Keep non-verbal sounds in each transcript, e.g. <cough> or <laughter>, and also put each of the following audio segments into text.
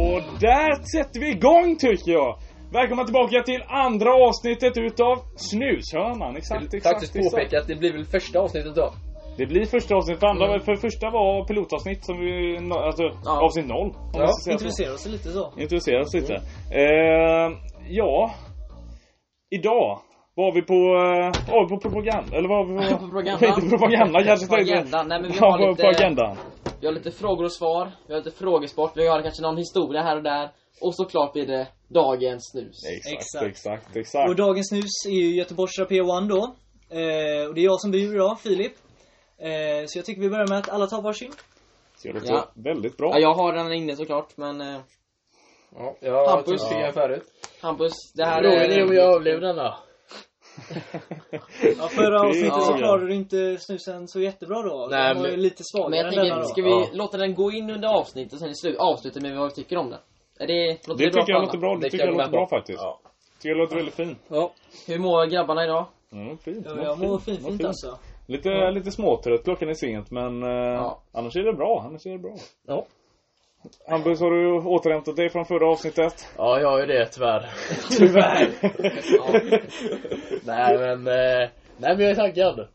Och där sätter vi igång tycker jag! Välkomna tillbaka till andra avsnittet utav Snushörnan. Exakt, Tack exakt, för att exakt. påpeka att det blir väl första avsnittet då. Det blir första avsnittet. För, andra, för första var pilotavsnitt som vi... no- Alltså Mm. Ja. Mm. avsnitt noll. om Ja, man ska säga så. Introducera oss lite så. Introducera oss lite. Eh, ja. Idag var vi på... Eh, var vi på propaganda? Eller var vi <laughs> på... Propaganda. Inte propaganda kanske. Propaganda. Nej, men vi Ja, har på- lite- på agendan. Vi har lite frågor och svar, vi har lite frågesport, vi har kanske någon historia här och där. Och såklart blir det dagens snus. Exakt, Exakt. exakt, exakt. Och dagens snus är ju Göteborgs P1 då. Eh, och det är jag som bjuder idag, Filip. Eh, så jag tycker vi börjar med att alla tar varsin. Så det låter Ja. väldigt Ja, bra. jag har den inne såklart, men eh, Ja, jag Hampus. Hampus fick jag förut. Hampus, det här Frågan är om är... jag överlevde den då. Ja, förra <laughs> Det- avsnittet så ja. klarade du inte snusen så jättebra då. Nej, Den var ju men- lite svagare Men jag än tänker, denna då. ska vi Ja. låta den gå in under avsnittet och sen i slut, avsluta med vad vi tycker om den? Är det, låter Det tycker för jag alla? låter bra. Det tycker kan jag gå låter med bra på. faktiskt. Ja. Tycker jag låter väldigt fin. Ja, Hur mår grabbarna idag? Mm, fint. ja, jag mår finfint fint. alltså. Lite, lite småtrött, klockan är sent men eh, annars är det bra, annars är det bra. Ja. Hampus, har du återhämtat dig från förra avsnittet? Ja, jag har ju det tyvärr. <laughs> Tyvärr! nej men, eh, nej men jag är taggad.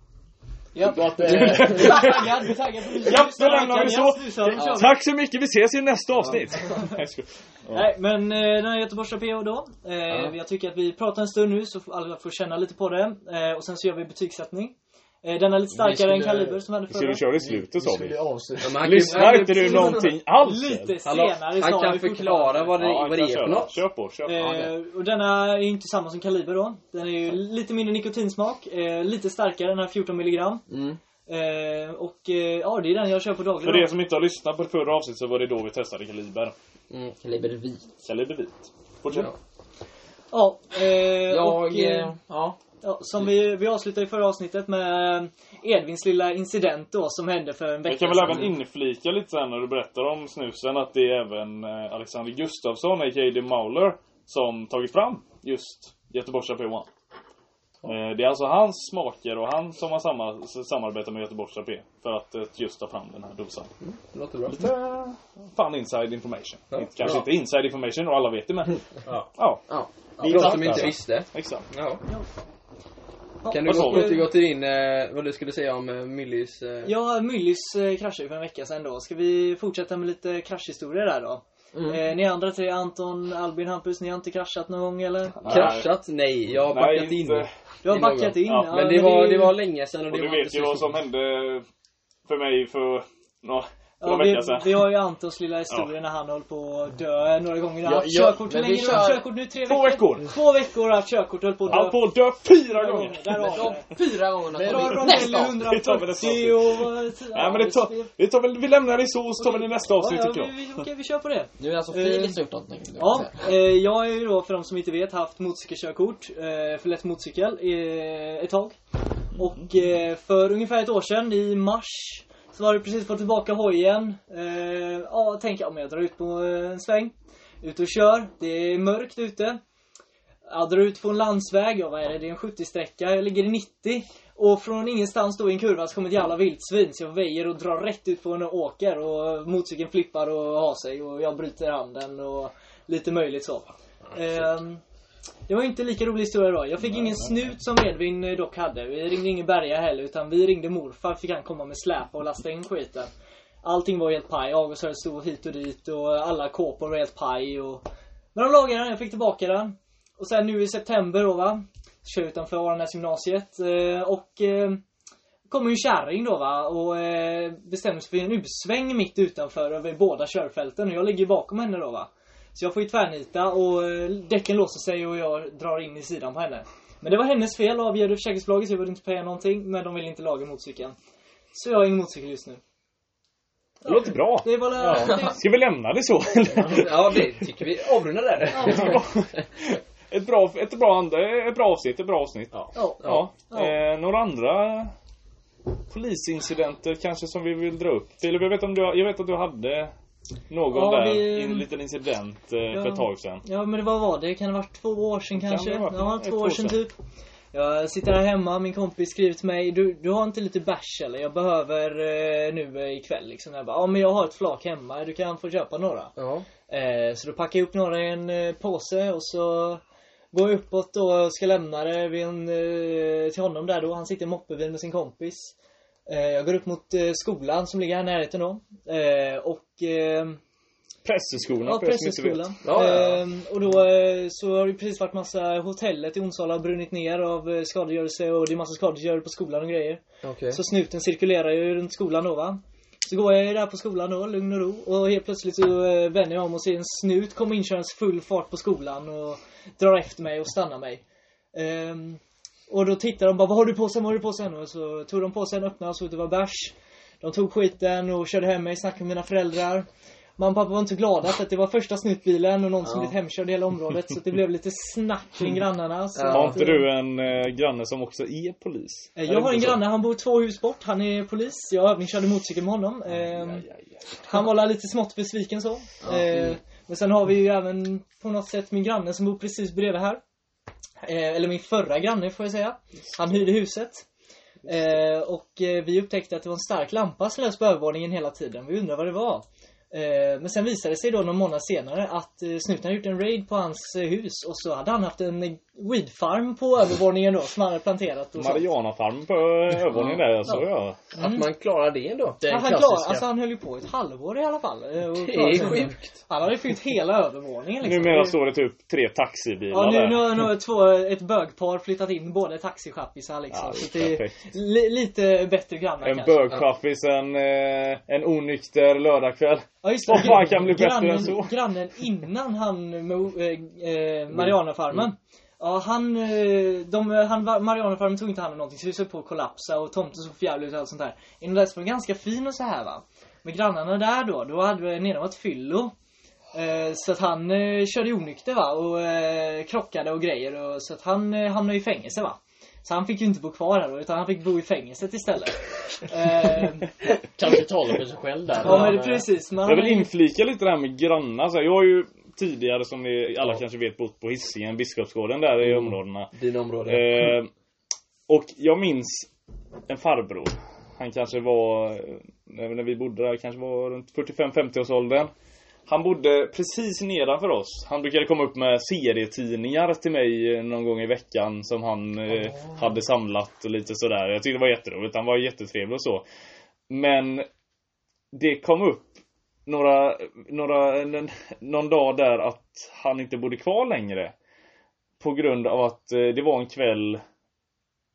Japp. Typ Så att, eh, Taggad, vi är taggad på Ja, då lämnar vi så. så. Tack så mycket, vi ses i nästa avsnitt! Nej, sko- Nej, men eh, den här Göteborgs PH då. Eh, Ja. Jag tycker att vi pratar en stund nu så får alla får känna lite på det. Eh, och sen så gör vi betygssättning. Eh, den är lite starkare skulle- än Kaliber som hade Vi skulle förra. köra i slutet sa vi. skulle avsluta. Men Lyssnar inte du någonting alls? Lite Hallå, senare Han sa kan vi fortfarande. förklara vad det, Ja, vad det kan är för köra. något. Kör på, kör på. Eh, och denna är ju inte samma som Kaliber då. Den är ju lite mindre nikotinsmak, eh, lite starkare, den här 14 milligram. Mm. Eh, och eh, ja, det är den jag kör på För er dagligen. som inte har lyssnat på det förra avsnittet så var det då vi testade Kaliber. Mm, Kaliber vit. Kaliber vit. Fortsätt. Ja. Ja, eh, och, Jag, eh, eh, ja. ja, som vi, vi avslutade i förra avsnittet med eh, Edvins lilla incident då som hände för en Jag vecka kan väl sedan. även inflika lite sen när du berättar om snusen att det är även eh, Alexander Gustafsson, a.k.a. Mauler, som tagit fram just Göteborgs AP1. Eh, Det är alltså hans smaker och han som har samma, samarbetat med Göteborgs AP för att eh, just ta fram den här dosan. Det låter bra. Lite eh, fan inside information. Ja. Inte, kanske Ja. inte inside information och alla vet det men <laughs> Ja. ja, ja. Det är klart de de inte inte visste. exakt. Ja. Ja, Kan du vad sa gå- vi? återgå till din, eh, vad du skulle säga om eh, Millys... Eh, Ja, Myllys eh, kraschade ju för en vecka sedan då. Ska vi fortsätta med lite kraschhistorier där då? Mm. Eh, ni andra tre, Anton, Albin, Hampus, ni har inte kraschat någon gång eller? Kraschat? Nej, jag har backat Nej, in. inte. Du har Ingen gång. backat in? Ja, Men det var, det var länge sedan och Och det du var vet ju vad som hände för mig för några Ja, några veckor vi, sedan. vi har ju Antons lilla historia när han håller på att dö några gånger. Han har Ja, haft ja, körkort. Hur men länge vi har han kör- haft körkort nu? Tre Två veckor? veckor! Två veckor har han haft körkort. Höll på att dö. Han får dö fyra Där har gånger! vi- Där har vi det. Fyra gånger Dra från Nästa! Nelly avsnitt. Vi tar väl nästa 140 och... Nej men det tar, vi, tar väl, vi lämnar det så, så tar vi det i nästa Ja, avsnitt ja, tycker vi, jag. vi, okej, vi kör på det. Nu är alltså Eh, Felix gjort någonting. nu. Ja, eh, jag är ju då för de som inte vet haft motorcykelkörkort eh, för lätt motorcykel eh, ett tag. Och eh, för ungefär ett år sedan i mars så har jag precis fått tillbaka hojen. Eh, ja, tänker om jag drar ut på eh, en sväng. Ut och kör. Det är mörkt ute. Jag drar ut på en landsväg. Ja, vad är det? Det är en 70-sträcka. Jag ligger i 90. Och från ingenstans då i en kurva så kommer ett jävla vildsvin. Så jag väjer och drar rätt ut på en åker. Och motorcykeln flippar och har sig. Och jag bryter handen och lite möjligt så. Ehm, det var inte lika rolig historia då. Jag fick ingen snut som Edvin eh, dock hade. Vi ringde ingen bärgare heller utan vi ringde morfar. Fick han komma med släp och lasta in skiten. Allting var helt paj. Avgasröret stod hit och dit och alla kåpor var helt paj. Och... Men de lagade den, jag fick tillbaka den. Och sen nu i september då va. Kör utanför Arnäs gymnasiet. Eh, och eh, kommer ju en kärring då va och eh, bestämmer sig för en U-sväng mitt utanför över båda körfälten och jag ligger bakom henne då va. Så jag får ju tvärnita och eh, däcken låser sig och jag drar in i sidan på henne. Men det var hennes fel avgör det försäkringsbolaget så jag behövde inte paya någonting men de vill inte laga motorcykeln. Så jag har ingen motorcykel just nu. Det låter bra. Det var väl... Ja. Ska vi lämna det så eller? Ja, det tycker vi. Avrunda där. <laughs> Ett bra, ett bra, ande, ett bra avsnitt, ett bra avsnitt. Ja. Ja. Ja. Eh, några andra polisincidenter kanske som vi vill dra upp? Filip, jag vet, om du, har- jag vet att du hade någon Ja, där, vi- en liten incident eh, för Ja. ett tag sedan. Ja men det var vad, det kan ha varit två år sedan Kan kanske. det ha varit? ja, Ett två år sedan typ. Jag sitter här hemma, min kompis skriver till mig, du, du har inte lite bärs eller? Jag behöver eh, nu eh, ikväll liksom. Jag bara, ja men jag har ett flak hemma, du kan få köpa några. Ja. Eh, så då packar jag upp några i en eh, påse och så går jag uppåt då och ska lämna det vid en, eh, till honom där då. Han sitter i en moppebil med sin kompis. Eh, jag går upp mot eh, skolan som ligger här i närheten då. Eh, och eh, Prästeskolan Ja, för er som inte vet. Prästeskolan. Ja, ja, ja. Ehm, och då eh, så har det precis varit massa, hotellet i Onsala har brunnit ner av eh, skadegörelse och det är massa skadegörare på skolan och grejer. Okej. Så snuten cirkulerar ju runt skolan då va. Så går jag ju där på skolan då, lugn och ro. Och helt plötsligt så eh, vänder jag om och ser en snut komma inkörandes full fart på skolan och drar efter mig och stannar mig. Ehm, och då tittar de bara, vad har du på sen, vad har du på sen? Och så tog de på sen, öppnade och såg att det var bärs. De tog skiten och körde hem mig, snackade med mina föräldrar. Mamma och pappa var inte så glada för att det var första snutbilen och någon som Ja. blivit hemkörd i hela området. Så att det blev lite snack kring grannarna. Så Ja. Har att, inte du en eh, granne som också är polis? eh, Är det Jag har en inte så? granne, han bor två hus bort. Han är polis. Jag övningskörde motorcykel med honom. Ehm, han var lite smått besviken så. Ja. Eh, men sen har vi ju även på något sätt min granne som bor precis bredvid här. Eh, eller min förra granne får jag säga. Han hyrde huset. Eh, och eh, vi upptäckte att det var en stark lampa som lös på övervåningen hela tiden. Vi undrade vad det var. Eh, men sen visade det sig då någon månad senare att eh, snuten hade gjort en raid på hans eh, hus och så hade han haft en eh, weedfarm på övervåningen då som han hade planterat. Och så. Marianafarmen på eh, övervåningen där, jag såg ja. Att man klarar det ändå. Ja, han, klar, alltså han höll ju på ett halvår i alla fall. eh, och Det klarade är sig undan. sjukt. Han hade fyllt hela övervåningen liksom. Numera Det- står det typ tre taxibilar Ja, nu, där. nu har nu har två, ett bögpar flyttat in, båda är taxichappisar liksom. Ja, så att det är det är perfekt. li, lite bättre grannar En kanske. bögchaffis, en, eh, en onykter lördagkväll. Ja, just Vad det. fan kan bli bättre grannen, än så? Mm. Grannen innan han med eh, eh, Marianafarmen. Ja, han, eh, de, han, var- Marianafarmen tog inte hand om någonting så det höll på att kollapsa och tomten såg för jävligt ut och allt sånt där. Innan dess var den ganska fin och så här va. Men grannarna där då, då hade vi- den ena var ett fyllo. Eh, så att han eh, körde ju onykter va och eh, krockade och grejer och, så att han eh, hamnade i fängelse va. Så han fick ju inte bo kvar här då, utan han fick bo i <laughs> fängelset istället. eh, Kanske talar för sig själv där. ja men det, precis. Men Jag han vill är- inflika lite det här med grannar. Så här, jag har ju tidigare, som ni alla kanske vet, bott på Hisingen, Biskopsgården där Mm. i områdena. Dina områden. Eh, och jag minns en farbror. Han kanske var, eh, när vi bodde där, kanske var runt 45-50 års åldern. Han bodde precis nedanför oss. Han brukade komma upp med serietidningar till mig eh, någon gång i veckan som han eh, hade samlat och lite sådär. Jag tyckte det var jätteroligt. Han var jättetrevlig och så. Men det kom upp några, några, n- någon dag där att han inte bodde kvar längre. På grund av att eh, det var en kväll,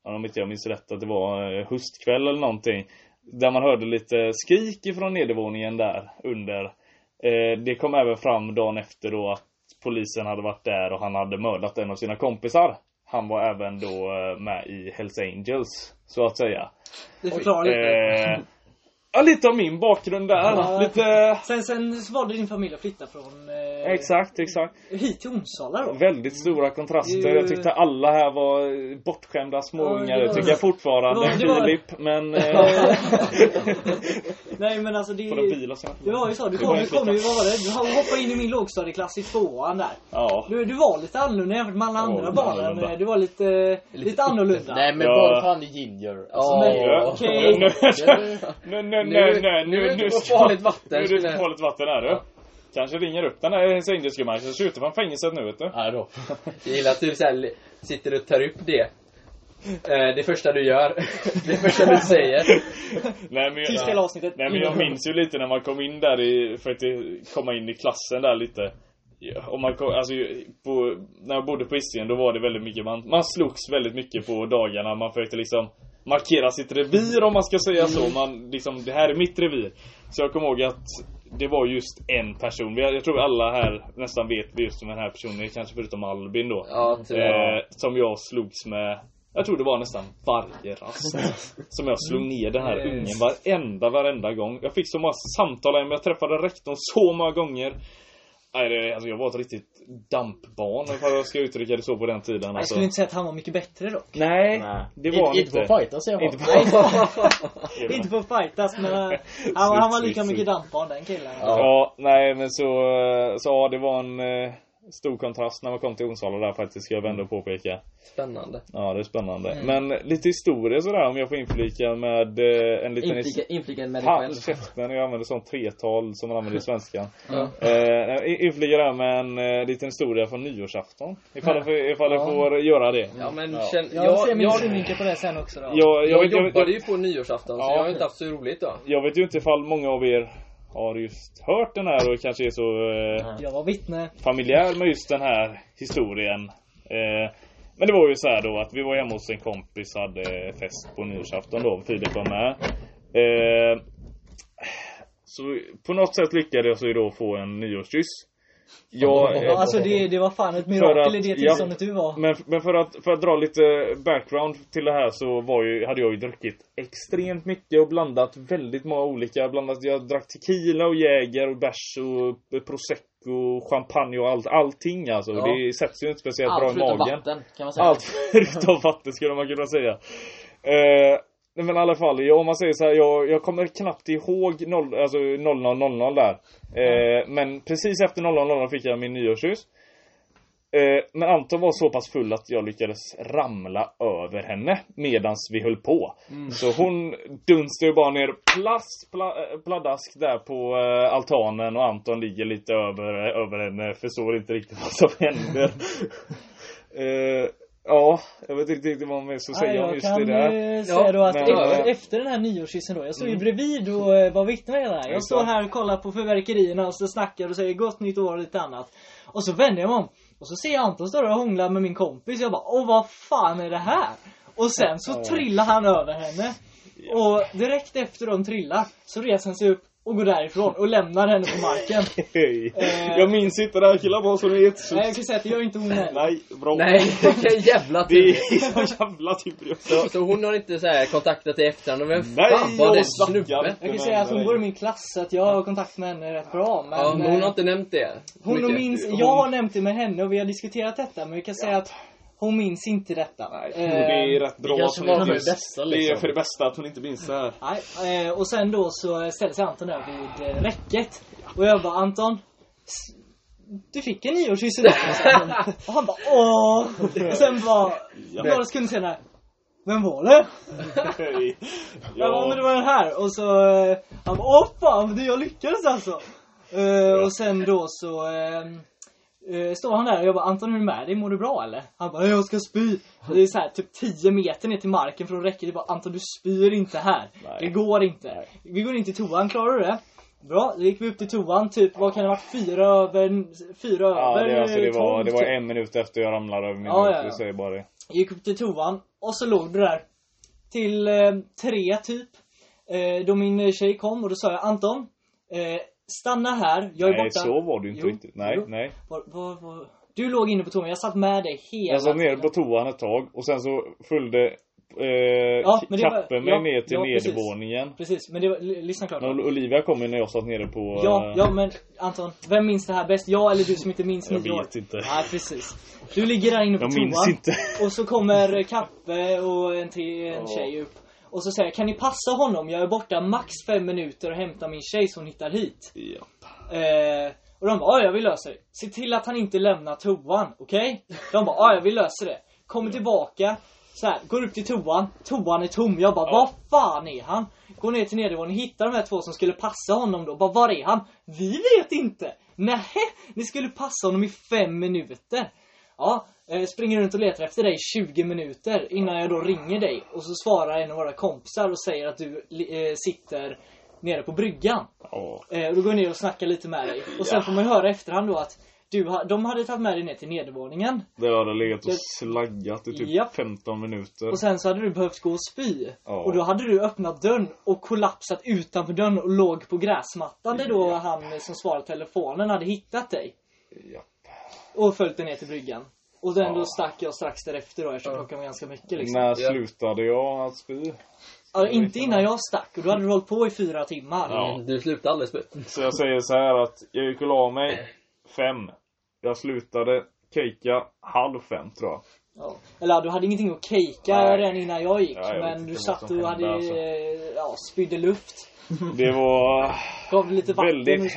ja, om inte jag minns rätt, att det var eh, höstkväll eller någonting. Där man hörde lite skrik ifrån nedervåningen där under. Eh, Det kom även fram dagen efter då att polisen hade varit där och han hade mördat en av sina kompisar. Han var även då eh, med i Hells Angels, så att säga. Det förklarar lite. Eh, ja, lite av min bakgrund där. Ja. Lite... Sen, sen så valde din familj att flytta från eh, Exakt, exakt. hit till <laughs> Onsala då. Väldigt stora kontraster. Det- Jag tyckte alla här var eh, bortskämda småungar. Det tycker jag fortfarande. Det var- Filip, men... Eh, Nej men alltså det, får de bila sina det var ju så. Du Det var kom, du en kom ju, flytta. vad var det? Du hoppade in i min lågstadieklass i tvåan där. Ja. Du, du var lite annorlunda jämfört med alla andra lite annorlunda. barnen. Du var lite, lite annorlunda. Nej men Ja. bara fan i ginger. Alltså, Ja. nej. Ja. okej. Nu, Det- nu, nu, Nu- nu, nu, nu är nu, du nu på ska- farligt vatten, Nu är du skulle jag- på farligt vatten här du. Kanske ringer upp den här Hells Angels-gumman. Kanske ute från fängelset nu vet du. Nej då. <laughs> Jag gillar att du så här, li- sitter och tar upp det. Eh, Det första du gör. <laughs> Det första du säger. Nej men, Tills hela avsnittet. Nej men jag minns ju lite när man kom in där i, för att det- komma in i klassen där lite. Ja, Om man kom, alltså, ju- på, när jag bodde på Hisingen då var det väldigt mycket man, man slogs väldigt mycket på dagarna. Man försökte liksom markera sitt revir om man ska säga så. Man, liksom, det här är mitt revir. Så jag kommer ihåg att det var just en person. Vi- Jag tror alla här nästan vet just om den här personen, kanske förutom Albin då. Ja, typ. Eh, som jag Eh, slogs med Jag tror det var nästan varje <laughs> rast som jag slog ner den här Mm. ungen varenda, varenda gång. Jag fick så många samtal hem, jag träffade rektorn så många gånger. Nej, det, alltså jag var ett riktigt dampbarn om jag ska uttrycka det så på den tiden. Jag Alltså. skulle inte säga att han var mycket bättre då. Nej, <laughs> det var han inte. Inte inte. på fighten säger jag. Inte på- inte på fightas men <laughs> eh, han, han var lika Smutsigt. mycket dampbarn den killen. Ja. nej men så, eh, så ja, det var en eh, stor kontrast när man kom till Onsala där faktiskt, ska jag ändå påpeka. Spännande. Ja, det är spännande. Mm. Men lite historia sådär om jag får inflika med eh, en liten... Inflika, inflika med dig Fan, själv. käften, jag använder sånt tretal som man använder i svenskan. Ja. Eh, inflika där med en eh, liten historia från nyårsafton. Ifall jag, får- ifall jag får göra det. Ja men Ja. känn, Jag, jag, ser jag, min jag, synvinkel på det sen också då. Jag, jag, jag, jobbade jag, ju på nyårsafton så Ja. jag har inte haft så roligt då. jag vet ju inte ifall många av er har just hört den här och kanske är så... Eh, Jag var vittne. familjär med just den här historien. Eh, men det var ju så här då att vi var hemma hos en kompis och hade fest på nyårsafton då. Filip var med. Eh, så på något sätt lyckades jag ju då få en nyårskyss. Jag, Ja, alltså det, det var fan ett För mirakel att- i det ja. tillståndet du var. men, men för, att, för att dra lite background till det här så var ju, hade jag ju druckit extremt mycket och blandat väldigt många olika. Blandat, jag drack tequila och jäger och bärs och eh, prosecco och champagne och allt, allting alltså. Ja. Det sätts ju inte speciellt Allt bra i förutom magen. vatten kan man säga. Allt <laughs> förutom vatten skulle man kunna säga. Eh, nej, men i alla fall, ja, om man säger så här, jag, jag kommer knappt ihåg noll, alltså 00.00 där. Eh, Men precis efter 00.00 fick jag min nyårskyss. Eh, Men Anton var så pass full att jag lyckades ramla över henne medans vi höll på. Mm. Så hon dunstade ju bara ner plas, pla, eh, pladask där på eh, altanen och Anton ligger lite över, eh, över henne. Förstår inte riktigt vad som <laughs> händer. Eh, ja, jag vet inte riktigt vad man ska Ja, säga om jag just det kan där. eh, Ja, säga då att men- Mm. efter, efter den här nyårskyssen då, jag stod ju bredvid och eh, var vittne med det här. Jag Exakt. står här och kollar på fyrverkerierna och så snackar och säger gott nytt år och lite annat. Och så vänder jag mig om och så ser jag Anton stå där och hångla med min kompis. Jag bara, åh vad fan är det här? Och sen så trillar han över henne. Och direkt efter de trillar så reser han sig upp och går därifrån och lämnar henne på <laughs> marken. Hej. <laughs> Eh. Jag minns inte det här killar bara som är ett så... Nej, jag kan säga att det gör inte hon heller. Nej, bra. <laughs> Nej, vilken jävla Det <laughs> tur. är så jävla typ. Så, så hon har inte så här kontaktat i efterhand och vem Nej, fan var den jag snackar. snubben? Jag kan säga att hon går i min klass så att jag har kontakt med henne rätt bra. Men, Ja, men hon har eh, inte nämnt det. Hon och Mycket. minns, jag har nämnt det med henne och vi har diskuterat detta men vi kan säga att hon minns inte detta. Eh, Det är rätt bra kanske att var hon för det minns. bästa, Det är liksom. för det bästa att hon inte minns det <laughs> här. nej, eh, och sen då så ställde sig Anton där vid eh, räcket. Och jag bara Anton, s- du fick en nyårskyss <laughs> idag. och han bara åh. Och sen bara, några sekunder senare, vem var det? Hej. Jag bara, men det Ja. var den här. Och så, eh, han bara, åh fan, du, jag lyckades alltså. Eh, och sen då så eh, eh, står han där och jag bara, Anton hur är det med dig? Mår du bra eller? Han bara, jag ska spy. Och det är så här, typ 10 meter ner till marken från räcket. Jag bara, Anton du spyr inte här. Nej. Det går inte. Vi går in till toan, klarar du det? Bra, då gick vi upp till toan, typ vad kan det ha varit? Fyra över, fyra Ja, över det, alltså, det, var, tolv, det var typ. en minut efter jag ramlade över min Ja, ja, ja, ja. Jag säger bara det. gick upp till toan och så låg du där till eh, tre typ. Eh, då min eh, tjej kom och då sa jag Anton, eh, stanna här, jag är Nej, borta. så var det ju inte Jo, riktigt. Nej, jo. nej. Var, var, var... Du låg inne på toan, jag satt med dig hela Jag satt nere tiden. på toan ett tag och sen så följde eh, ja, men det var- Kappe mig ja, ner till ja, precis. nedervåningen. Precis, men det var, l- lyssna klart. Men Ol- Olivia kom ju när jag satt nere på... Ja, eh, ja men Anton, vem minns det här bäst? Jag eller du som inte minns Jag nio år? vet inte. Nej precis. Du ligger där inne på Jag toan. minns inte. Och så kommer Kappe och en, tre, en Ja. tjej upp. Och så säger jag, kan ni passa honom? Jag är borta max fem minuter och hämtar min tjej som hon hittar hit. Ja. Eh, och de bara, ja vi löser det. Se till att han inte lämnar toan, okej? De bara, ja vi löser det. Kommer tillbaka, så här, går upp till toan, toan är tom. Jag bara, vad fan är han? Går ner till nedervåningen, hittar de här två som skulle passa honom då. Bara, var är han? Vi vet inte! Nej, ni skulle passa honom i fem minuter. Ja, eh, springer runt och letar efter dig i 20 minuter innan jag då ringer dig och så svarar en av våra kompisar och säger att du eh, sitter nere på bryggan. Ja. Eh, och då går jag ner och snackar lite med dig. Och sen får man ju höra i efterhand då att du, ha- de hade tagit med dig ner till nedervåningen. Där hade jag legat och Det- slaggat i typ Japp. 15 minuter. Och sen så hade du behövt gå och spy. Ja. Och då hade du öppnat dörren och kollapsat utanför dörren och låg på gräsmattan där Mm. då han eh, som svarade telefonen hade hittat dig. Ja. Och följt dig ner till bryggan. Och den Ja. då stack jag strax därefter då eftersom Ja. klockan var ganska mycket liksom. När Ja. slutade jag att spy? Ja, inte innan jag stack och då hade du hållit på i fyra timmar. Ja. Du slutar alldeles bra. Så jag säger så här att jag gick och la mig fem. Jag slutade kejka halv fem tror jag. Ja. Eller du hade ingenting att kejka Nej. redan innan jag gick. Ja, jag vet men inte du vad satt som och hade, hände, alltså. eh, ja, spydde luft. Det var Gav lite vatten och väldigt spydde luft direkt.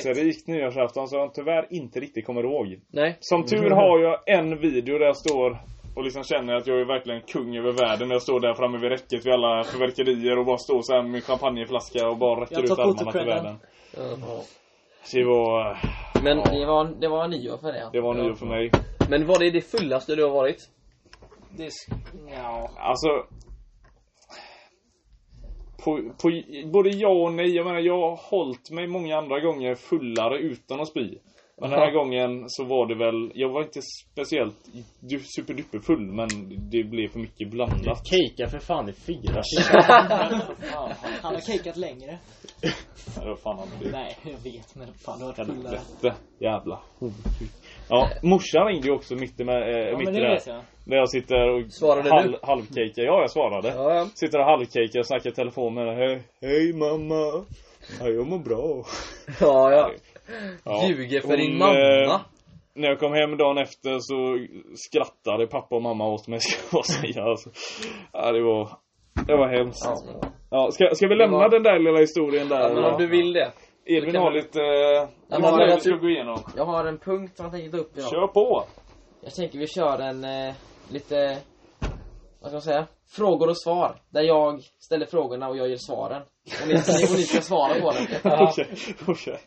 händelserikt nyårsafton som jag tyvärr inte riktigt kommer ihåg. Nej. Som tur har jag en video där jag står och liksom känner att jag är verkligen kung över världen. Jag står där framme vid räcket vid alla förverkerier och bara står så här med champagneflaska och bara räcker Jag ut tar armarna till fotocredden. världen. Det var, Men, Ja. Det var, det var nyår för det. ja. det var nyår för mig. men var det det fullaste du har varit? Det, sk- ja. Alltså... På, på, både ja och nej. Jag menar, jag har hållit mig många andra gånger fullare utan att spy. Men den här gången så var det väl, jag var inte speciellt du- superduper full men det blev för mycket blandat. Kejka för fan i fyra Ja, <laughs> han har kejkat längre. Ja, Det var fan aldrig. Nej, jag vet men fan du har varit fullare. Helvete. Jävla hora. Ja, morsan ringde ju också mitt i, med, eh, Ja, mitt men i det där. vet jag. Där jag sitter och Svarade du? halv, halvkejkar. Ja, jag svarade. Ja, ja. Sitter och halvkejkar och snackar i telefon med henne. Hej, hej mamma. Ja, jag mår bra. Ja, ja. Ja. Ljuger för Hon, din eh, mamma. när jag kom hem dagen efter så skrattade pappa och mamma åt mig <laughs> ska jag säga. Alltså, ja, det var, det var hemskt. Ja. ska, ska vi lämna var- den där lilla historien där? Ja, men om va? du vill det. Edvin kan har du- lite... eh, men lite har grejer du- vi ska gå igenom. Jag har en punkt som jag tänker ta upp idag. Kör på! Jag tänker vi kör en eh, lite, vad ska man säga, frågor och svar. Där jag ställer frågorna och jag ger svaren. Och ni, och ni ska svara på det. <laughs> Okej, okej.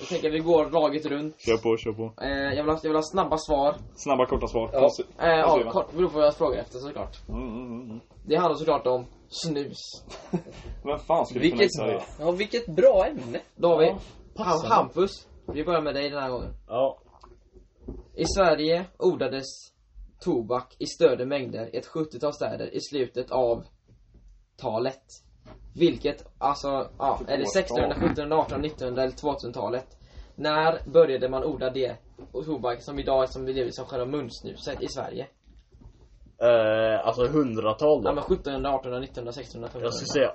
Jag tänker vi går laget runt. Kör på, kör på. Eh, jag, vill ha, jag vill ha snabba svar. Snabba korta svar. Ja. Konst- Eh, ja, konstiga. kort, beror på vad jag frågar efter såklart. Mm, mm, mm, mm. Det handlar såklart om snus. Vem fan skulle kunna Vilket, gissa det? ja, vilket bra ämne. Då har vi Ham, passande. Hampus. Vi börjar med dig den här gången. Ja. I Sverige odlades tobak i större mängder i ett 70-tal städer i slutet av talet. Vilket, alltså, ja, eller 1600, 1700, 1800, 1900 eller 2000-talet. När började man odla det och tobak som idag som bedrivs som själva munsnuset i Sverige? <laughs> Eh, alltså hundratal Ja då. men 1700, 1800, 1900, 1600, 1500. Jag skulle säga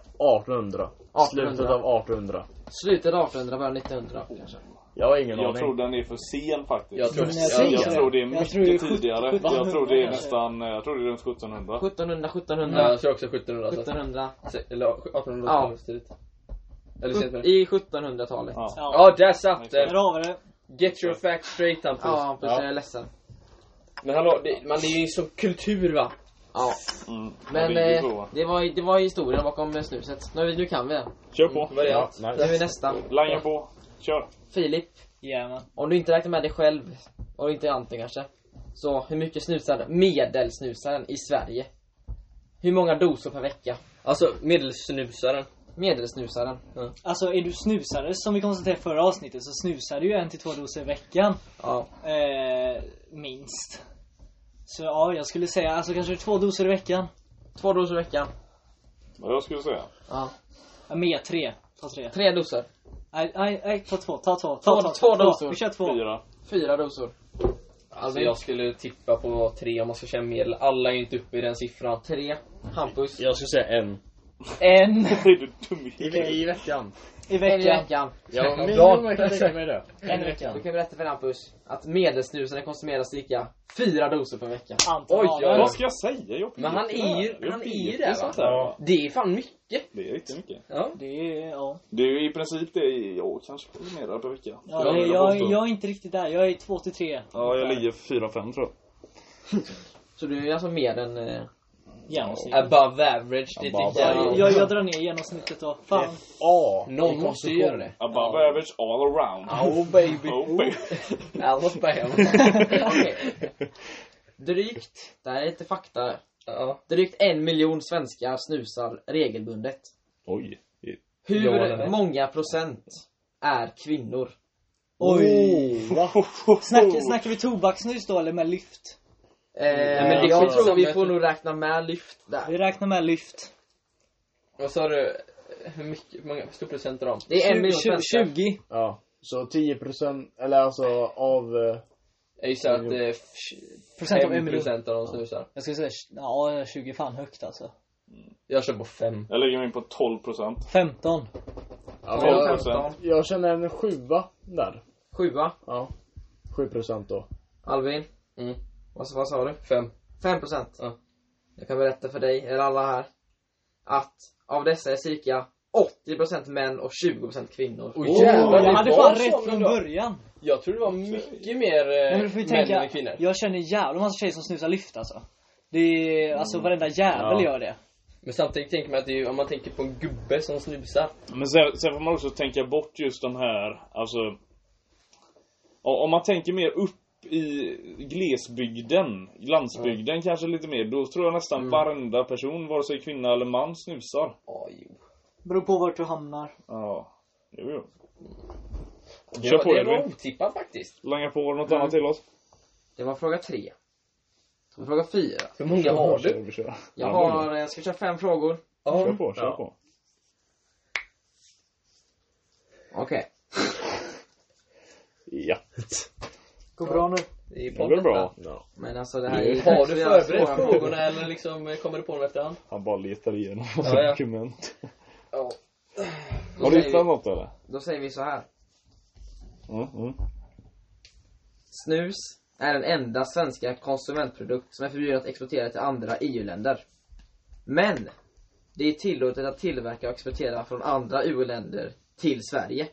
1800. 1800. Slutet av 1800. Slutet av 1800, början av 1900 kanske. Jag har ingen Jag aning. tror den är för sen faktiskt. Jag tror- Men jag- jag tänker- tror det är jag mycket tror det är tidigare. 1700 Jag tror det är kanske. nästan, eh, jag tror det är runt 1700. 1700, 1700, Ja, jag tror också 1700. så. 1700. Se- Eller 1800 Ja. ja. tidigt. Eller sent med det. I 1700-talet. Ja. Ja, där satt Där den! har vi det. Get your facts straight Hampus. Ja, precis. Jag är ledsen. Men hallå, det, man är ju så kultur va? Ja. Mm. Men det är ju eh, så. det, var, det var historien bakom eh, snuset. Nu, nu kan vi den. Kör på. Vad är Ja, allt? Nu är nice. vi nästa. Langa på. Kör. Filip, Jajamän. om du inte räknar med dig själv, och inte Anton kanske. Så hur mycket snusar medelsnusaren i Sverige? Hur många doser per vecka? Alltså, medelsnusaren. Medelsnusaren. Alltså är du snusare som vi konstaterade i förra avsnittet så snusar du ju en till två doser i veckan. Ja. Eh, minst. Så ja, jag skulle säga alltså kanske två doser i veckan. Två doser i veckan. Vad jag skulle säga. Ja. Ja, Med tre. Ta tre. Tre doser. Nej, nej, nej, ta två. Ta två. Ta, Två- ta, två ta, doser. Vi kör två. Fyra. <laughs> Fyra doser. Alltså jag skulle tippa på tre om man ska köra medel. Alla är ju inte uppe i den siffran. Tre. Hampus. Jag skulle säga en. En Är du dum i I, huvudet? i veckan. En i i veckan. veckan. Ja, men dagen. jag kan tänka mig det. En Du vecka. kan berätta för Hampus att medelsnusaren konsumerar cirka fyra doser per vecka. Anton Oj, har oj, det. Vad ska jag säga? Jag Men han är ju- jag han är vet ju ju där, sånt va? här. Ja. Det är fan mycket. Det är riktigt mycket. Ja. Det är, ja. Det är ju i princip det jag kanske konsumerar per vecka. ja Skulle jag, vilja jag, påstå. jag är inte riktigt där. Jag är två till tre. Ja, jag ligger 4-5 tror jag. Så du är alltså mer än... Eh, Genomsnitt. Äh, Above average. Det Above tycker Jag, jag. jag, jag drar ner genomsnittet då. Fan. A. Någon i måste konsumtion. göra det. Above average all around. Oh baby. Oh, baby. Alla spär. Alltså. <laughs> Okej. Drygt, det här är lite fakta. Ja. Drygt en miljon svenskar snusar regelbundet. <laughs> Oj. Hur Ja, eller nej? många procent är kvinnor? Oj. Va? Snack, snackar vi tobaksnus då eller med lyft? Eh, men men det jag är tror vi skitsamma. får nog räkna med lyft där. Vi räknar med lyft. Vad sa du? Hur mycket, hur många, hur stor procent är de? Det är en miljon Tju- tju- svenskar. 20. Ja. Så 10% eller alltså av eh, Jag gissar att eh, f- Procent av en 5% miljon. procent av de snusar. Jag skulle säga, ja 20 är fan högt alltså. Jag kör på 5. Jag lägger mig in på 12 procent. 15. Ja, men jag- 15. Jag känner en sjua där. Sjua. Ja. 7 procent då. Albin. Mm. Vad, sa- vad sa du? 5. 5 procent. Ja. Jag kan berätta för dig, eller alla här, att av dessa är cirka 80 procent män och 20 procent kvinnor. Oj Jag hade det fan var rätt sådana från då. början. Jag tror det var mycket mer eh, Nej, men du får ju män tänka, än kvinnor. jag känner jävla massa tjejer som snusar lyft alltså. Det är, alltså varenda jävel Ja. gör det. Men samtidigt tänker man att det är, ju- om man tänker på en gubbe som snusar. Men sen, sen får man också tänka bort just de här, alltså... o- Om man tänker mer upp i glesbygden, landsbygden kanske lite mer, då tror jag nästan varenda person, vare sig kvinna eller man, snusar. Ja, jo. Beror på vart du hamnar. Ja, jo, jo. Det Kör var, på, det var Edvin. otippat faktiskt. Langa på något annat till oss. Det var fråga tre. Så fråga fyra. Hur många har du? Kör, kör. Jag Ja, har, jag ska köra fem frågor. Kör på, kör Ja. på. Okej. Ja. Går bra nu. Det är Det går podden, bra. va? Ja. Men alltså det här är Har så du jävla förberett svåra frågorna eller liksom eh, kommer du på dem efterhand? Han bara letar igenom Ja, ja. dokument. Ja. Då Har du säger hittat vi- något eller? Då säger vi så här. Mm, mm. Snus är den enda svenska konsumentprodukt som är förbjuden att exportera till andra EU-länder. Men det är tillåtet att tillverka och exportera från andra EU-länder till Sverige.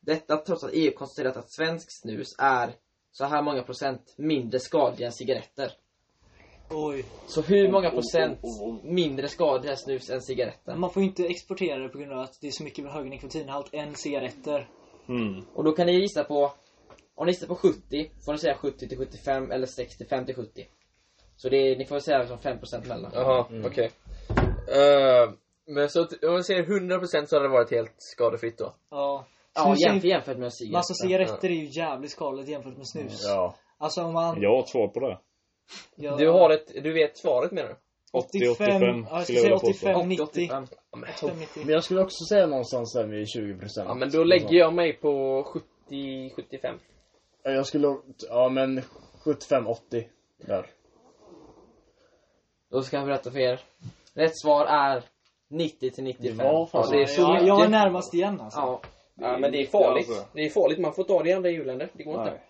Detta trots att EU konstaterat att svensk snus är så här många procent mindre skadliga än cigaretter. Oj. Så hur många procent mindre skadliga är snus än cigaretter? Men man får ju inte exportera det på grund av att det är så mycket högre nikotinhalt än cigaretter. Mm. Och då kan ni gissa på Om ni gissar på 70 får ni säga 70 till 75 eller 65 till 70 Så det är, ni får säga liksom 5% mellan Jaha, okej. Eh, men så att- om man säger 100% så hade det varit helt skadefritt då? Ja. Ja Snus är ju- jämfört, jämfört med en cigarett Men alltså cigaretter är ju jävligt skadligt jämfört med snus. Ja. Alltså om man... Jag har ett svar på det. Ja, Du har ett, du vet svaret menar du? 85, 85, ja, jag skulle skulle jag säga vilja påstå. 85, 90. 85. Ja, men- 85, 90. Men jag skulle också säga någonstans där vid 20 procent. Ja men då lägger jag mig på 70, 75. Eh, Jag skulle, ja men 75-80 där. Då ska jag berätta för er Rätt svar är 90 till 95 Ja, fan. Ja, det är så Ja, mycket. jag är närmast igen alltså. Ja, Ja men det är farligt. Alltså. Det är farligt, man får ta det i andra EU-länder. Det går inte. Nej.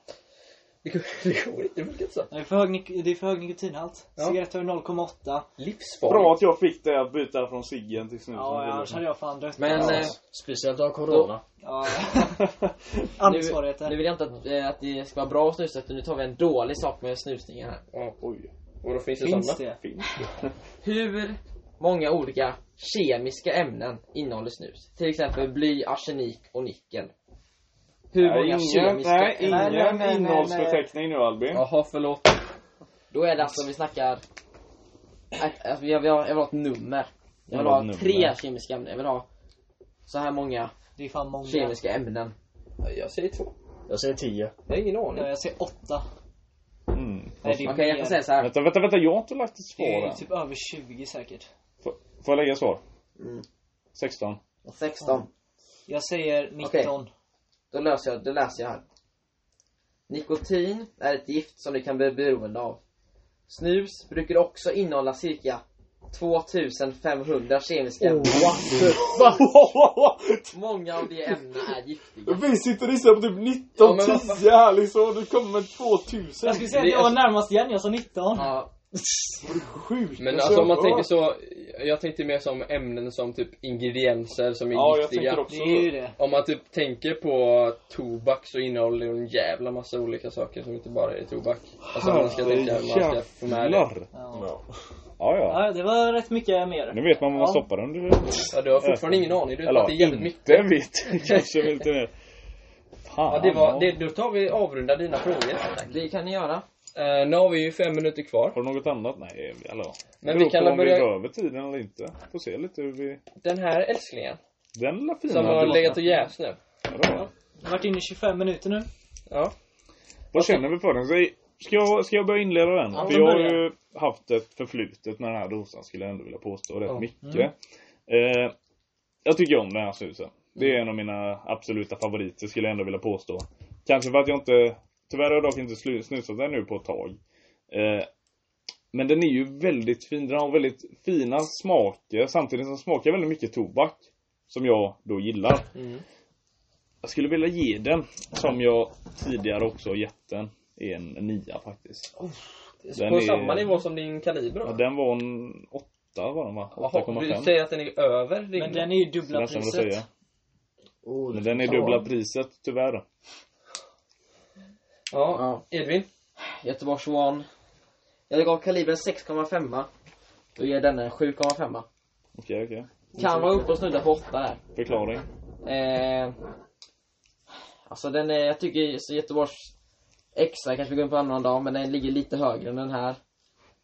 Det går, det går inte, det funkar inte så. Det är för hög, nik- det är för hög nikotinhalt. Ja. Cigaretter har 0,8. Bra Livsfarligt. att jag fick det att byta från ciggen till snusen. Ja, alltså, annars hade jag fan dött. men eh, Speciellt av corona. <laughs> Ja. nu, Ansvarigheten. nu vill jag inte att, eh, att det ska vara bra att snusa för nu tar vi en dålig sak med snusningen här Ja, Oj. och då finns det Finns sådana. det? Hur många olika kemiska ämnen innehåller snus? Till exempel bly, arsenik och nickel. Hur Nej, många ingen, kemiska nej, ämnen? Nej, nej, nej, ingen nej, nej. innehållsförteckning nu Albin. Jaha, förlåt. Då är det alltså, vi snackar... Ä- Alltså, jag, vill ha, jag vill ha ett nummer. Jag vill Jag ha vill ha ett nummer. tre kemiska ämnen. Jag vill ha så här många Det är fan många. kemiska ämnen. Jag säger två. Jag säger 10. Jag har ingen Nej, aning. jag säger åtta. Mm. Nej, det Okej, är jag mer. kan säga så här. Vänta, vänta, vänta, jag har inte lagt ett Det svar är än. typ över 20 säkert. Får får jag lägga ett svar? Mm. 16. 16. Jag säger 19. Då löser jag, då läser jag här. Nikotin är ett gift som du kan bli beroende av. Snus brukar också innehålla cirka 2500 kemiska ämnen. <laughs> Många av de ämnena är giftiga. Vi sitter och gissar på typ 19, Ja, men vad fan. 10 här liksom. Du kommer med 2000. Jag skulle säga Det att är- jag var närmast igen, jag sa 19. Ja, Sjukt. Jag Men alltså om kör man på. tänker så, jag tänkte mer som ämnen som typ ingredienser som är Ja, jag giftiga. tänker också Det är ju det. Om man typ tänker på tobak så innehåller det en jävla massa olika saker som inte bara är tobak. Alltså om man ska tänka hur man ska få med det. Herrejävlar. Ja. Ja, ja. Ja, det var rätt mycket mer. Nu vet man vad man Ja. stoppar under. Ja, du har fortfarande ingen aning, du vet Eller att det är jävligt mycket. inte vet. <laughs> Kanske vill lite mer. Fan. Ja, det var, det, då tar vi avrunda dina frågor. det kan ni göra. Eh, nu har vi ju fem minuter kvar. Har du något annat? Nej, hallå. Men Beror vi kan på väl om börja- vi går över tiden eller inte. Får se lite hur vi... Den här älsklingen, Den lilla fina som har låten. legat och jäst nu. Ja, det var. Jag har varit inne i 25 minuter nu. Ja. Vad känner vi för den? Ska- Ska jag, ska jag börja inleda den? Ja, för men jag har börja. ju haft ett förflutet med den här dosan skulle jag ändå vilja påstå rätt Ja. Mm. mycket. Eh, jag tycker om den här snusen. Det är en av mina absoluta favoriter skulle jag ändå vilja påstå. Kanske för att jag inte Tyvärr har jag dock inte slu- snusat den nu på ett tag. Eh, men den är ju väldigt fin. Den har väldigt fina smaker samtidigt som den smakar väldigt mycket tobak. Som jag då gillar. Mm. Jag skulle vilja ge den, som jag tidigare också har gett den, en nia faktiskt. Den på är- samma nivå som din kaliber Ja, då? den var en åtta var den va? Jaha, du 8,5. säger att den är över din? Men den är ju skulle dubbla jag nästan vilja priset. säga. Oh. Men den är dubbla priset tyvärr. Ja, Edvin? Göteborgs Swan. Jag gav kalibern 6,5. Då ger denna en 7,5. Okej okej. Kan vara uppe och snudda på 8 där. Förklaring. Eh, alltså den är, jag tycker så Göteborgs extra kanske vi går in på en annan dag, men den ligger lite högre än den här.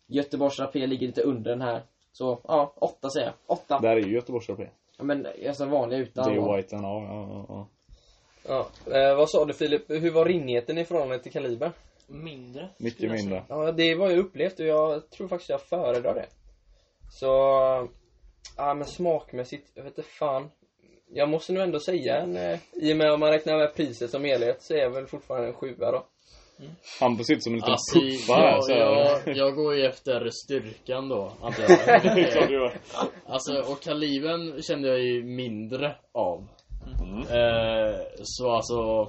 Göteborgs Rapé ligger lite under den här. Så ja, åtta säger jag. Åtta. Där är ju Göteborgs Rapé. Ja, Men alltså vanliga Det utan. är White and ja, ja, ja. Ja. Eh, vad sa du Filip? Hur var ringheten i förhållande till kaliber? Mindre. Mycket skulle jag mindre. Ja, det var ju upplevt och jag tror faktiskt jag föredrar det. Så... Ja, men smakmässigt, jag vet inte fan. Jag måste nog ändå säga en... Eh, I och med om man räknar med priset som helhet så är jag väl fortfarande en sjua då. Hampus sitter som en liten Alltså, puffa här jag, så jag, jag går ju efter styrkan då, antar jag. <laughs> Det är <laughs> klart du gör. Alltså, och kalibern kände jag ju mindre av. Eh, så alltså,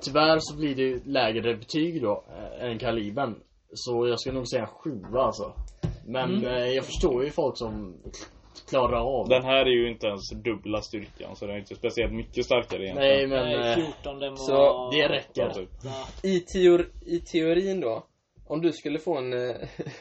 tyvärr så blir det ju lägre betyg då eh, än kalibern. Så jag ska nog säga en sjua alltså. Men eh, jag förstår ju folk som klarar av Den här är ju inte ens dubbla styrkan så den är inte speciellt mycket starkare egentligen. Nej men, Nej, eh, 14 den var... så det räcker. Ja, typ. Ja, I, teor I teorin då, om du skulle få en... eh,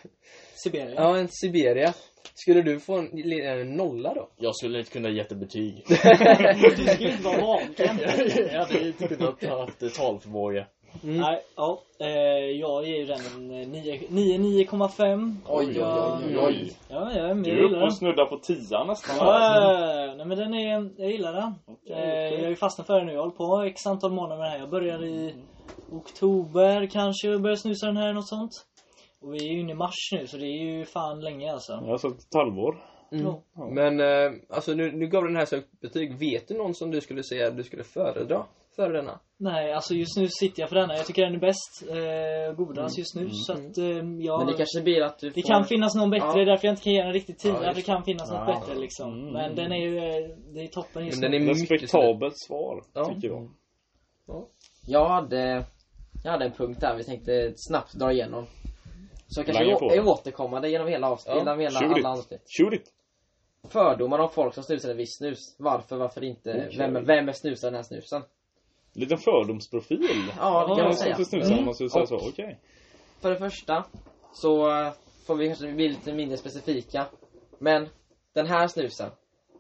<laughs> Sibirien. ja, en Siberia. Skulle du få en, en nolla då? Jag skulle inte kunna ge ett betyg. Du skulle inte vara vaken. <laughs> <laughs> jag hade inte kunnat ha haft talförmåga. Nej, ja. Eh, jag ger ju den en eh, nio- nio- 9,5. Oj, oj, oj, oj, oj. Ja, ja, men Du jag är gillar uppe den. och snuddar på tian nästan. här. Ja, eh, nej men den är, jag gillar den. Eh, Jag är ju fastnat för den nu. Jag har hållit på x antal månader med den här. Jag började i oktober kanske och började snusa den här något sånt. Och vi är ju inne i mars nu så det är ju fan länge alltså. Jag har suttit ett halvår. Ja. Mm. Men eh, alltså nu, nu gav den här så högt betyg. Vet du någon som du skulle säga att du skulle föredra före denna? Nej, alltså just nu sitter jag för denna. Jag tycker den är bäst. Eh, godast Mm. just nu så att eh, jag... Men det kanske blir att du får... Det kan finnas någon bättre, Ja. därför jag inte kan ge den riktigt tid. Ja, just det kan finnas något Ja. bättre liksom. Mm. Men den är ju, eh, det är toppen just Men den nu. är mycket snygg. Respektabelt svar, Mm. Ja. tycker jag. Jag hade, jag hade en punkt där vi tänkte snabbt dra igenom. Så kanske Langa jag, på. jag återkommande genom hela avsnittet, Ja, genom hela shoot it. alla avsnitt. Shoot it! Fördomar om folk som snusar en viss snus. Varför, varför inte? Vem, vem är snusar den här snusen? Liten fördomsprofil. Ja, det kan Ja, man så säga. att det snusar om man skulle säga så. Okej. För det första så eh, får vi kanske bli lite mindre specifika. Men den här snusen.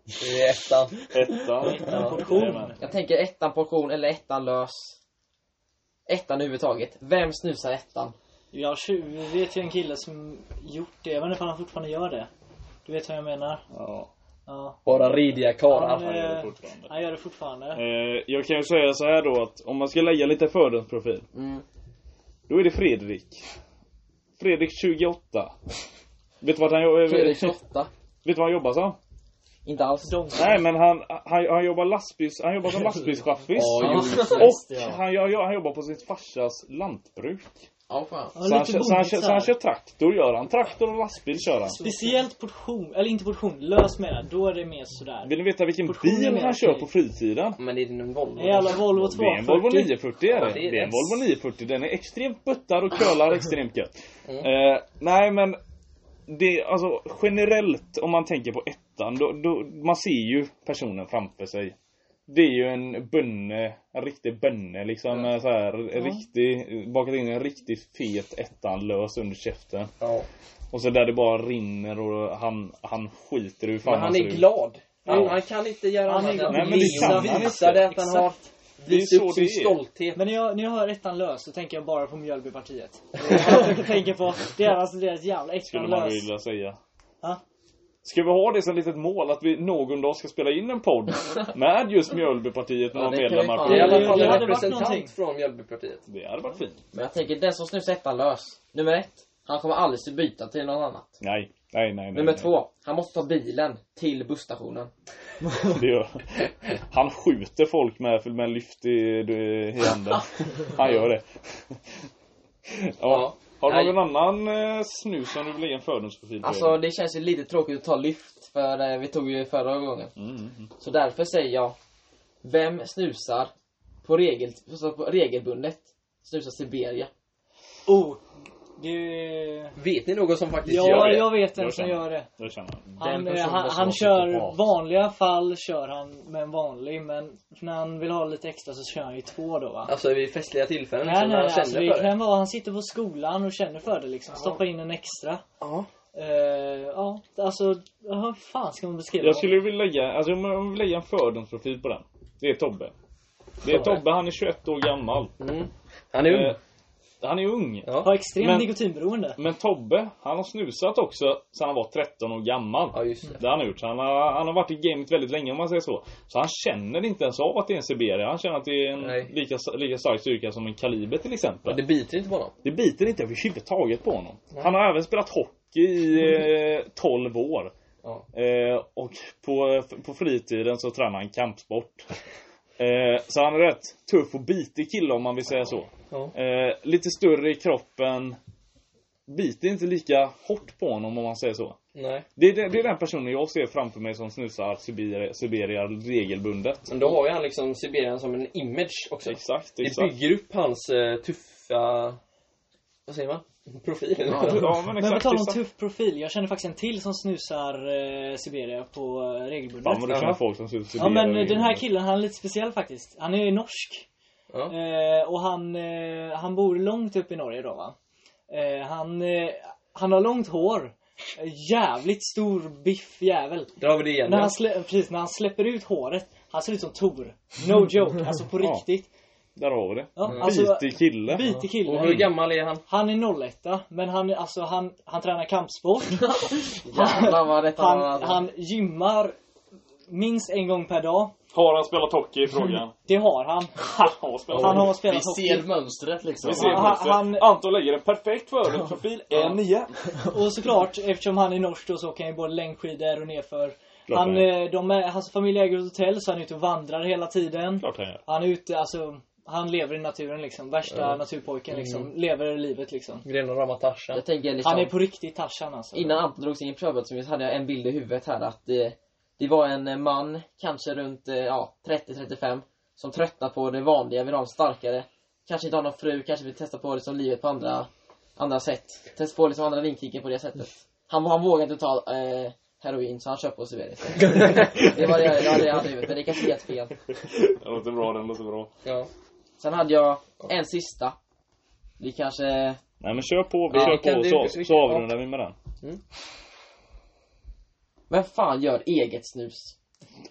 I ettan. Ettan. Utan portion. Jajamän. Jag tänker ettan portion eller ettan lös. Ettan överhuvudtaget. Vem snusar ettan? Jag tju- vet ju en kille som gjort det. Jag vet inte om han fortfarande gör det. Du vet vad jag menar? Ja, Ja. Bara ridiga karlar. Han, han gör det eh, fortfarande. han gör det fortfarande. Eh, jag kan ju säga så här då att om man ska lägga lite fördomsprofil. Mm. Då är det Fredrik. Fredrik 28. Vet du vad han, jo- eh, Fredrik vet 28. du vad han jobbar som? Inte alls. Nej men han, han, han jobbar lastbils, han jobbar som lastbilschaffis. Ja, jo, visst, och ja. han, jag, jag, han jobbar på sitt farsas lantbruk. Ja, fan. Ja, Så han, lite kö- så, han, kö- bonusar. så han kör traktor, gör han. Traktor och lastbil kör han. Speciellt portion, eller inte portion, lös menar jag. Då är det mer sådär. Vill ni veta vilken Portionen bil med han kör okej. på fritiden? Men det är en Volvo. En jävla Volvo Det är en Volvo 240. 940 är det. det är Det är en det. Volvo 940. Den är extremt buttad och curlar extremt gött. Mm. Eh, nej men. Det, alltså generellt om man tänker på ettan. Då, då, man ser ju personen framför sig. Det är ju en bönne, en riktig bönne liksom. med Så här, Mm. en riktig, bakat in en riktigt fet ettan lös under käften. Ja. Och så där det bara rinner och han, han skiter hur fan alltså, Men han ser är ut. glad. Han, Ja. han kan inte göra Alltså, Han är annat glad. Nej, än men det kan visa, han visa inte. det att han har Det är visat så upp sin det är. stolthet. Men när jag, när jag hör ettan lös så tänker jag bara på Mjölbypartiet. Jag tänker på deras, deras jävla Skulle ettan man lös. vilja säga. Ja. Ska vi ha det som litet mål att vi någon dag ska spela in en podd med just Mjölbypartiet med Ja, några det kan vi medlemmar? fan. på? Det är i alla det fall hade en varit representant någonting. från Mjölbypartiet. Det hade varit fint. Men jag tänker den som snusar ettan lös. Nummer ett. Han kommer aldrig byta till något annat. Nej, nej, nej. nej Nummer nej. två. Han måste ta bilen till busstationen. Det gör han. Han skjuter folk med, med en lyft i, i handen. Han gör det. Ja. Har du någon annan eh, snus som du vill ge en fördomsprofil på? Alltså det känns ju lite tråkigt att ta lyft för eh, vi tog ju förra gången. Mm, mm, mm. Så därför säger jag Vem snusar på, regel, alltså på regelbundet snusar Siberia? Oh! Det... Vet ni någon som faktiskt Ja, gör gör det. jag vet en Jag som känner. gör det. Jag känner han. Han, personen eh, han, måste han vara kör psykopat. vanliga fall kör han med en vanlig men när han vill ha lite extra så kör han ju två då va? Alltså vid festliga tillfällen Nej liksom, nej när han känner alltså, det för det. kan vara han sitter på skolan och känner för det liksom. Stoppa in en extra. Ja. Eh, ja, alltså ja, hur fan ska man beskriva Jag skulle vilja lägga, alltså om jag vill lägga en fördomsprofil på den. Det är Tobbe. Det är Tobbe, han är 21 år gammal. Mm. Han är ung. Eh, han är ung. Ja. honom? Har extremt Men- nikotinberoende. Men Tobbe, han har snusat också sedan han var 13 år gammal. Ja, just det. Det har han gjort. Så Han har, han har varit i gamet väldigt länge om man säger så. Så han känner inte ens av att det är en Siberia. Han känner att det är Nej. en lika, lika stark styrka som en Kaliber till exempel. Ja, det biter inte på honom. Det biter inte överhuvudtaget på honom. Han har även spelat hockey i eh, 12 år. Ja. Eh, och på, på fritiden så tränar han kampsport. Eh, så han är rätt tuff och bitig kille om man vill säga så. Ja. Eh, lite större i kroppen. Biter inte lika hårt på honom om man säger så. Nej. Det är, den- det är den personen jag ser framför mig som snusar Siberia, Siberia regelbundet. Men då har ju han liksom Sibirien som en image också. Exakt, Det exakt. bygger upp hans eh, tuffa... Vad säger man? Profil. Ja, men Men på exakt. tal om exakt. tuff profil, jag känner faktiskt en till som snusar eh, Siberia på eh, regelbundet. Fan vad du känner folk som snusar Ja Siberia. men eh, den här regelbundet. killen han är lite speciell faktiskt. Han är norsk. Ja. Eh, och han, eh, han bor långt upp i Norge då va. Eh, han, eh, han har långt hår. Eh, Jävligt stor biff jävel. Där har vi det igen. När han, slä, precis, när han släpper ut håret, han ser ut som Tor. No joke, alltså på Ja. riktigt. Där har vi det. Ja, alltså, Bitig kille. bitig Och hur kille. gammal är han? Han är 01 men han, alltså, han, han tränar kampsport. Mm. Jävlar vad rätt han, Han, alltså. han gymmar minst en gång per dag. Har han spelat hockey i <laughs> frågan? Det har han. Han har spelat Han har Vi spelat ser <laughs> hockey. mönstret liksom. Vi ser Han- han, han- Anton lägger en perfekt fördomsprofil, en igen. Och såklart, eftersom han är norsk då, så åker han ju både längdskidor och nerför. Klart Han, han eh, de är, hans familj äger ett hotell så han är ute och vandrar hela tiden. Klart han gör. Han är ute, alltså han lever i naturen liksom. Värsta naturpojken liksom. Lever livet liksom. Grenen och rama tarsen. Jag tänker liksom, Han är på riktigt Tarzan alltså. innan Anton drog sig in i prövbrottsmyndigheten hade jag en bild i huvudet här att det, det var en eh, man, kanske runt eh, ja, 30-35 som tröttnar på det vanliga, vill ha en starkare. Kanske inte har någon fru, kanske vill testa på liksom, livet på andra, andra sätt. Testa på liksom, andra vinklingar på det sättet. Han, han vågar inte ta eh, heroin så han köper på Sibirien. Det var det jag- det var det jag hade i huvudet, men det är kanske är helt fel. <laughs> Det låter bra, den låter bra. Ja. Sen hade jag en sista. Det kanske... Nej men kör på, vi Ja, kör kan på du- så, vi- så avrundar vi med den. Vem fan gör eget snus?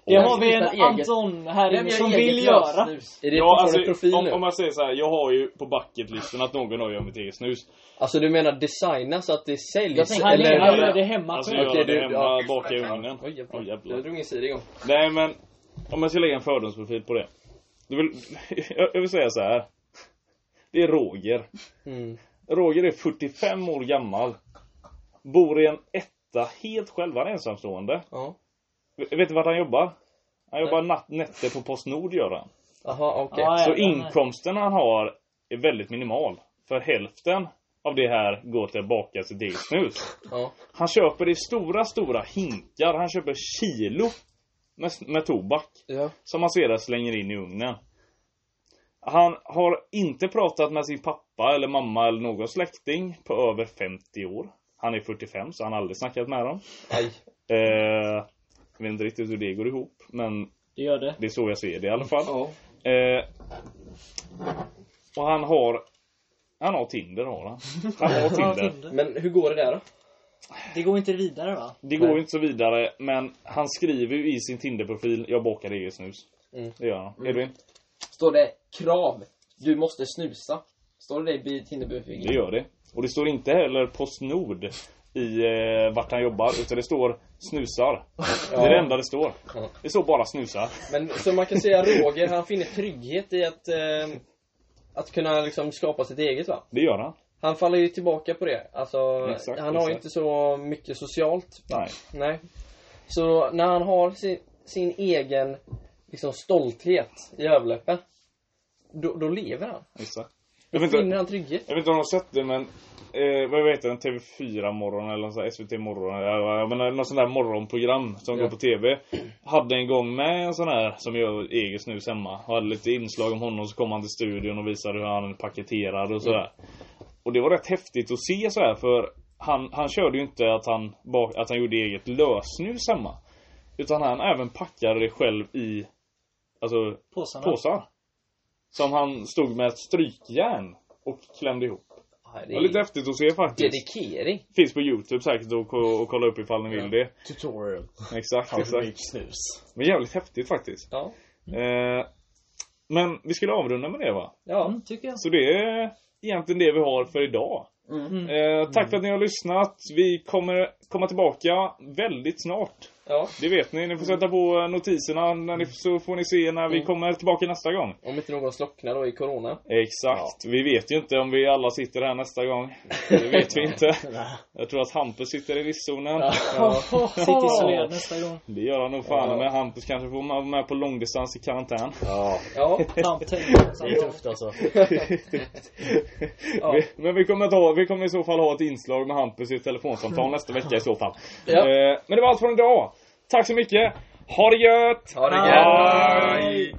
Det har vi en Snusar eget. Anton här Vem inne gör som eget vill göra. lösnus? Är det Ja, fortfarande profil alltså, om, nu? om jag säger så här, jag har ju på bucketlisten att någon har gjort mitt eget snus. Alltså du menar designa så att det säljs? Jag tänker- Han eller? gör- han Ja, gör ja. det hemma Alltså själv. göra Okej, det du- hemma, ja. baka i ugnen. Oj jävlar. Oj, jävlar. Jag drog en sida igång. Nej men, om jag ska lägga en fördomsprofil på det. Du vill, <laughs> jag, jag vill säga så här. Det är Roger. Mm. Roger är 45 år gammal. Bor i en etta helt själv, han är ensamstående. Ja. V- Vet du vart han jobbar? Han jobbar natt, nätter på Postnord gör han. Jaha, okej. Ja, Så ja, men- inkomsten han har är väldigt minimal. För hälften av det här går till att baka sitt eget snus. Ja. Han köper i stora, stora hinkar. Han köper kilo med, s- med tobak. Ja. Som han sedan slänger in i ugnen. Han har inte pratat med sin pappa eller mamma eller någon släkting på över 50 år. Han är 45 så han har aldrig snackat med dem. Aj. Eh, jag vet inte riktigt hur det går ihop men Det gör det. det är så jag ser det i alla fall. Ja. Eh, och han har Han har Tinder har han. Han <laughs> har Tinder. Men hur går det där då? Det går inte vidare va? Det går ju inte så vidare men han skriver ju i sin Tinder-profil Jag bakar eget snus. Mm. Det gör han. Edvin? Står det krav. Du måste snusa. Står det det i Tinderbuffingen? Det gör det. Och det står inte heller Postnord i eh, vart han jobbar utan det står <laughs> snusar. Det är det enda det står. Ja. Det står bara snusar. Men så man kan säga Mm. Roger, han finner trygghet i att, eh, att kunna liksom skapa sitt eget va? Det gör han. Han faller ju tillbaka på det. Alltså, Exakt, han har ju exakt. inte så mycket socialt. va? Nej. Nej. Så när han har sin, sin egen liksom, stolthet i överläppen, då, då lever han. Just det. Jag vet Finner inte, han trygghet. jag vet inte om de har sett det men eh, vad heter den? TV4 morgon eller någon sån här SVT morgon eller jag menar, någon sån där morgonprogram som Ja. går på TV. Hade en gång med en sån här som gör eget snus hemma. Och hade lite inslag om honom så kom han till studion och visade hur han paketerade och sådär. Och det var rätt häftigt att se så här för han, han körde ju inte att han, bak, att han gjorde eget lössnus hemma. Utan han även packade det själv i Alltså Påsarna. påsar. Som han stod med ett strykjärn och klämde ihop. Ja, Det det var lite är häftigt att se faktiskt. dedikering. Finns på youtube säkert och, ko- och kolla upp ifall ni vill det. Tutorial. Exakt, How to exakt. make snus. Men jävligt häftigt faktiskt. Ja. Eh, men vi skulle avrunda med det va? ja. Mm, tycker jag. Så det är egentligen det vi har för idag. Mm. Eh, tack för att ni har lyssnat. Vi kommer komma tillbaka väldigt snart. ja. Det vet ni. Ni får sätta på eh, notiserna när ni, så får ni se när vi Mm. kommer tillbaka nästa gång. Om inte någon slocknar då i corona. Exakt. Vi vet ju inte om vi alla sitter här nästa <laughs> gång. Det vet vi inte. Jag tror att Hampus sitter i riskzonen. Sitt isolerad nästa gång. Det gör han nog fan Ja. med. Hampus kanske får vara med på långdistans i karantän. Ja, Ja. det är tufft alltså. Ja. Vi- Men vi kommer, att ha, vi kommer i så fall ha ett inslag med Hampus i ett <laughs> telefonsamtal nästa vecka i så fall. Ja. Eh, Men det var allt för idag. Tack så mycket. Ha det gött! Ha det gött. Hej!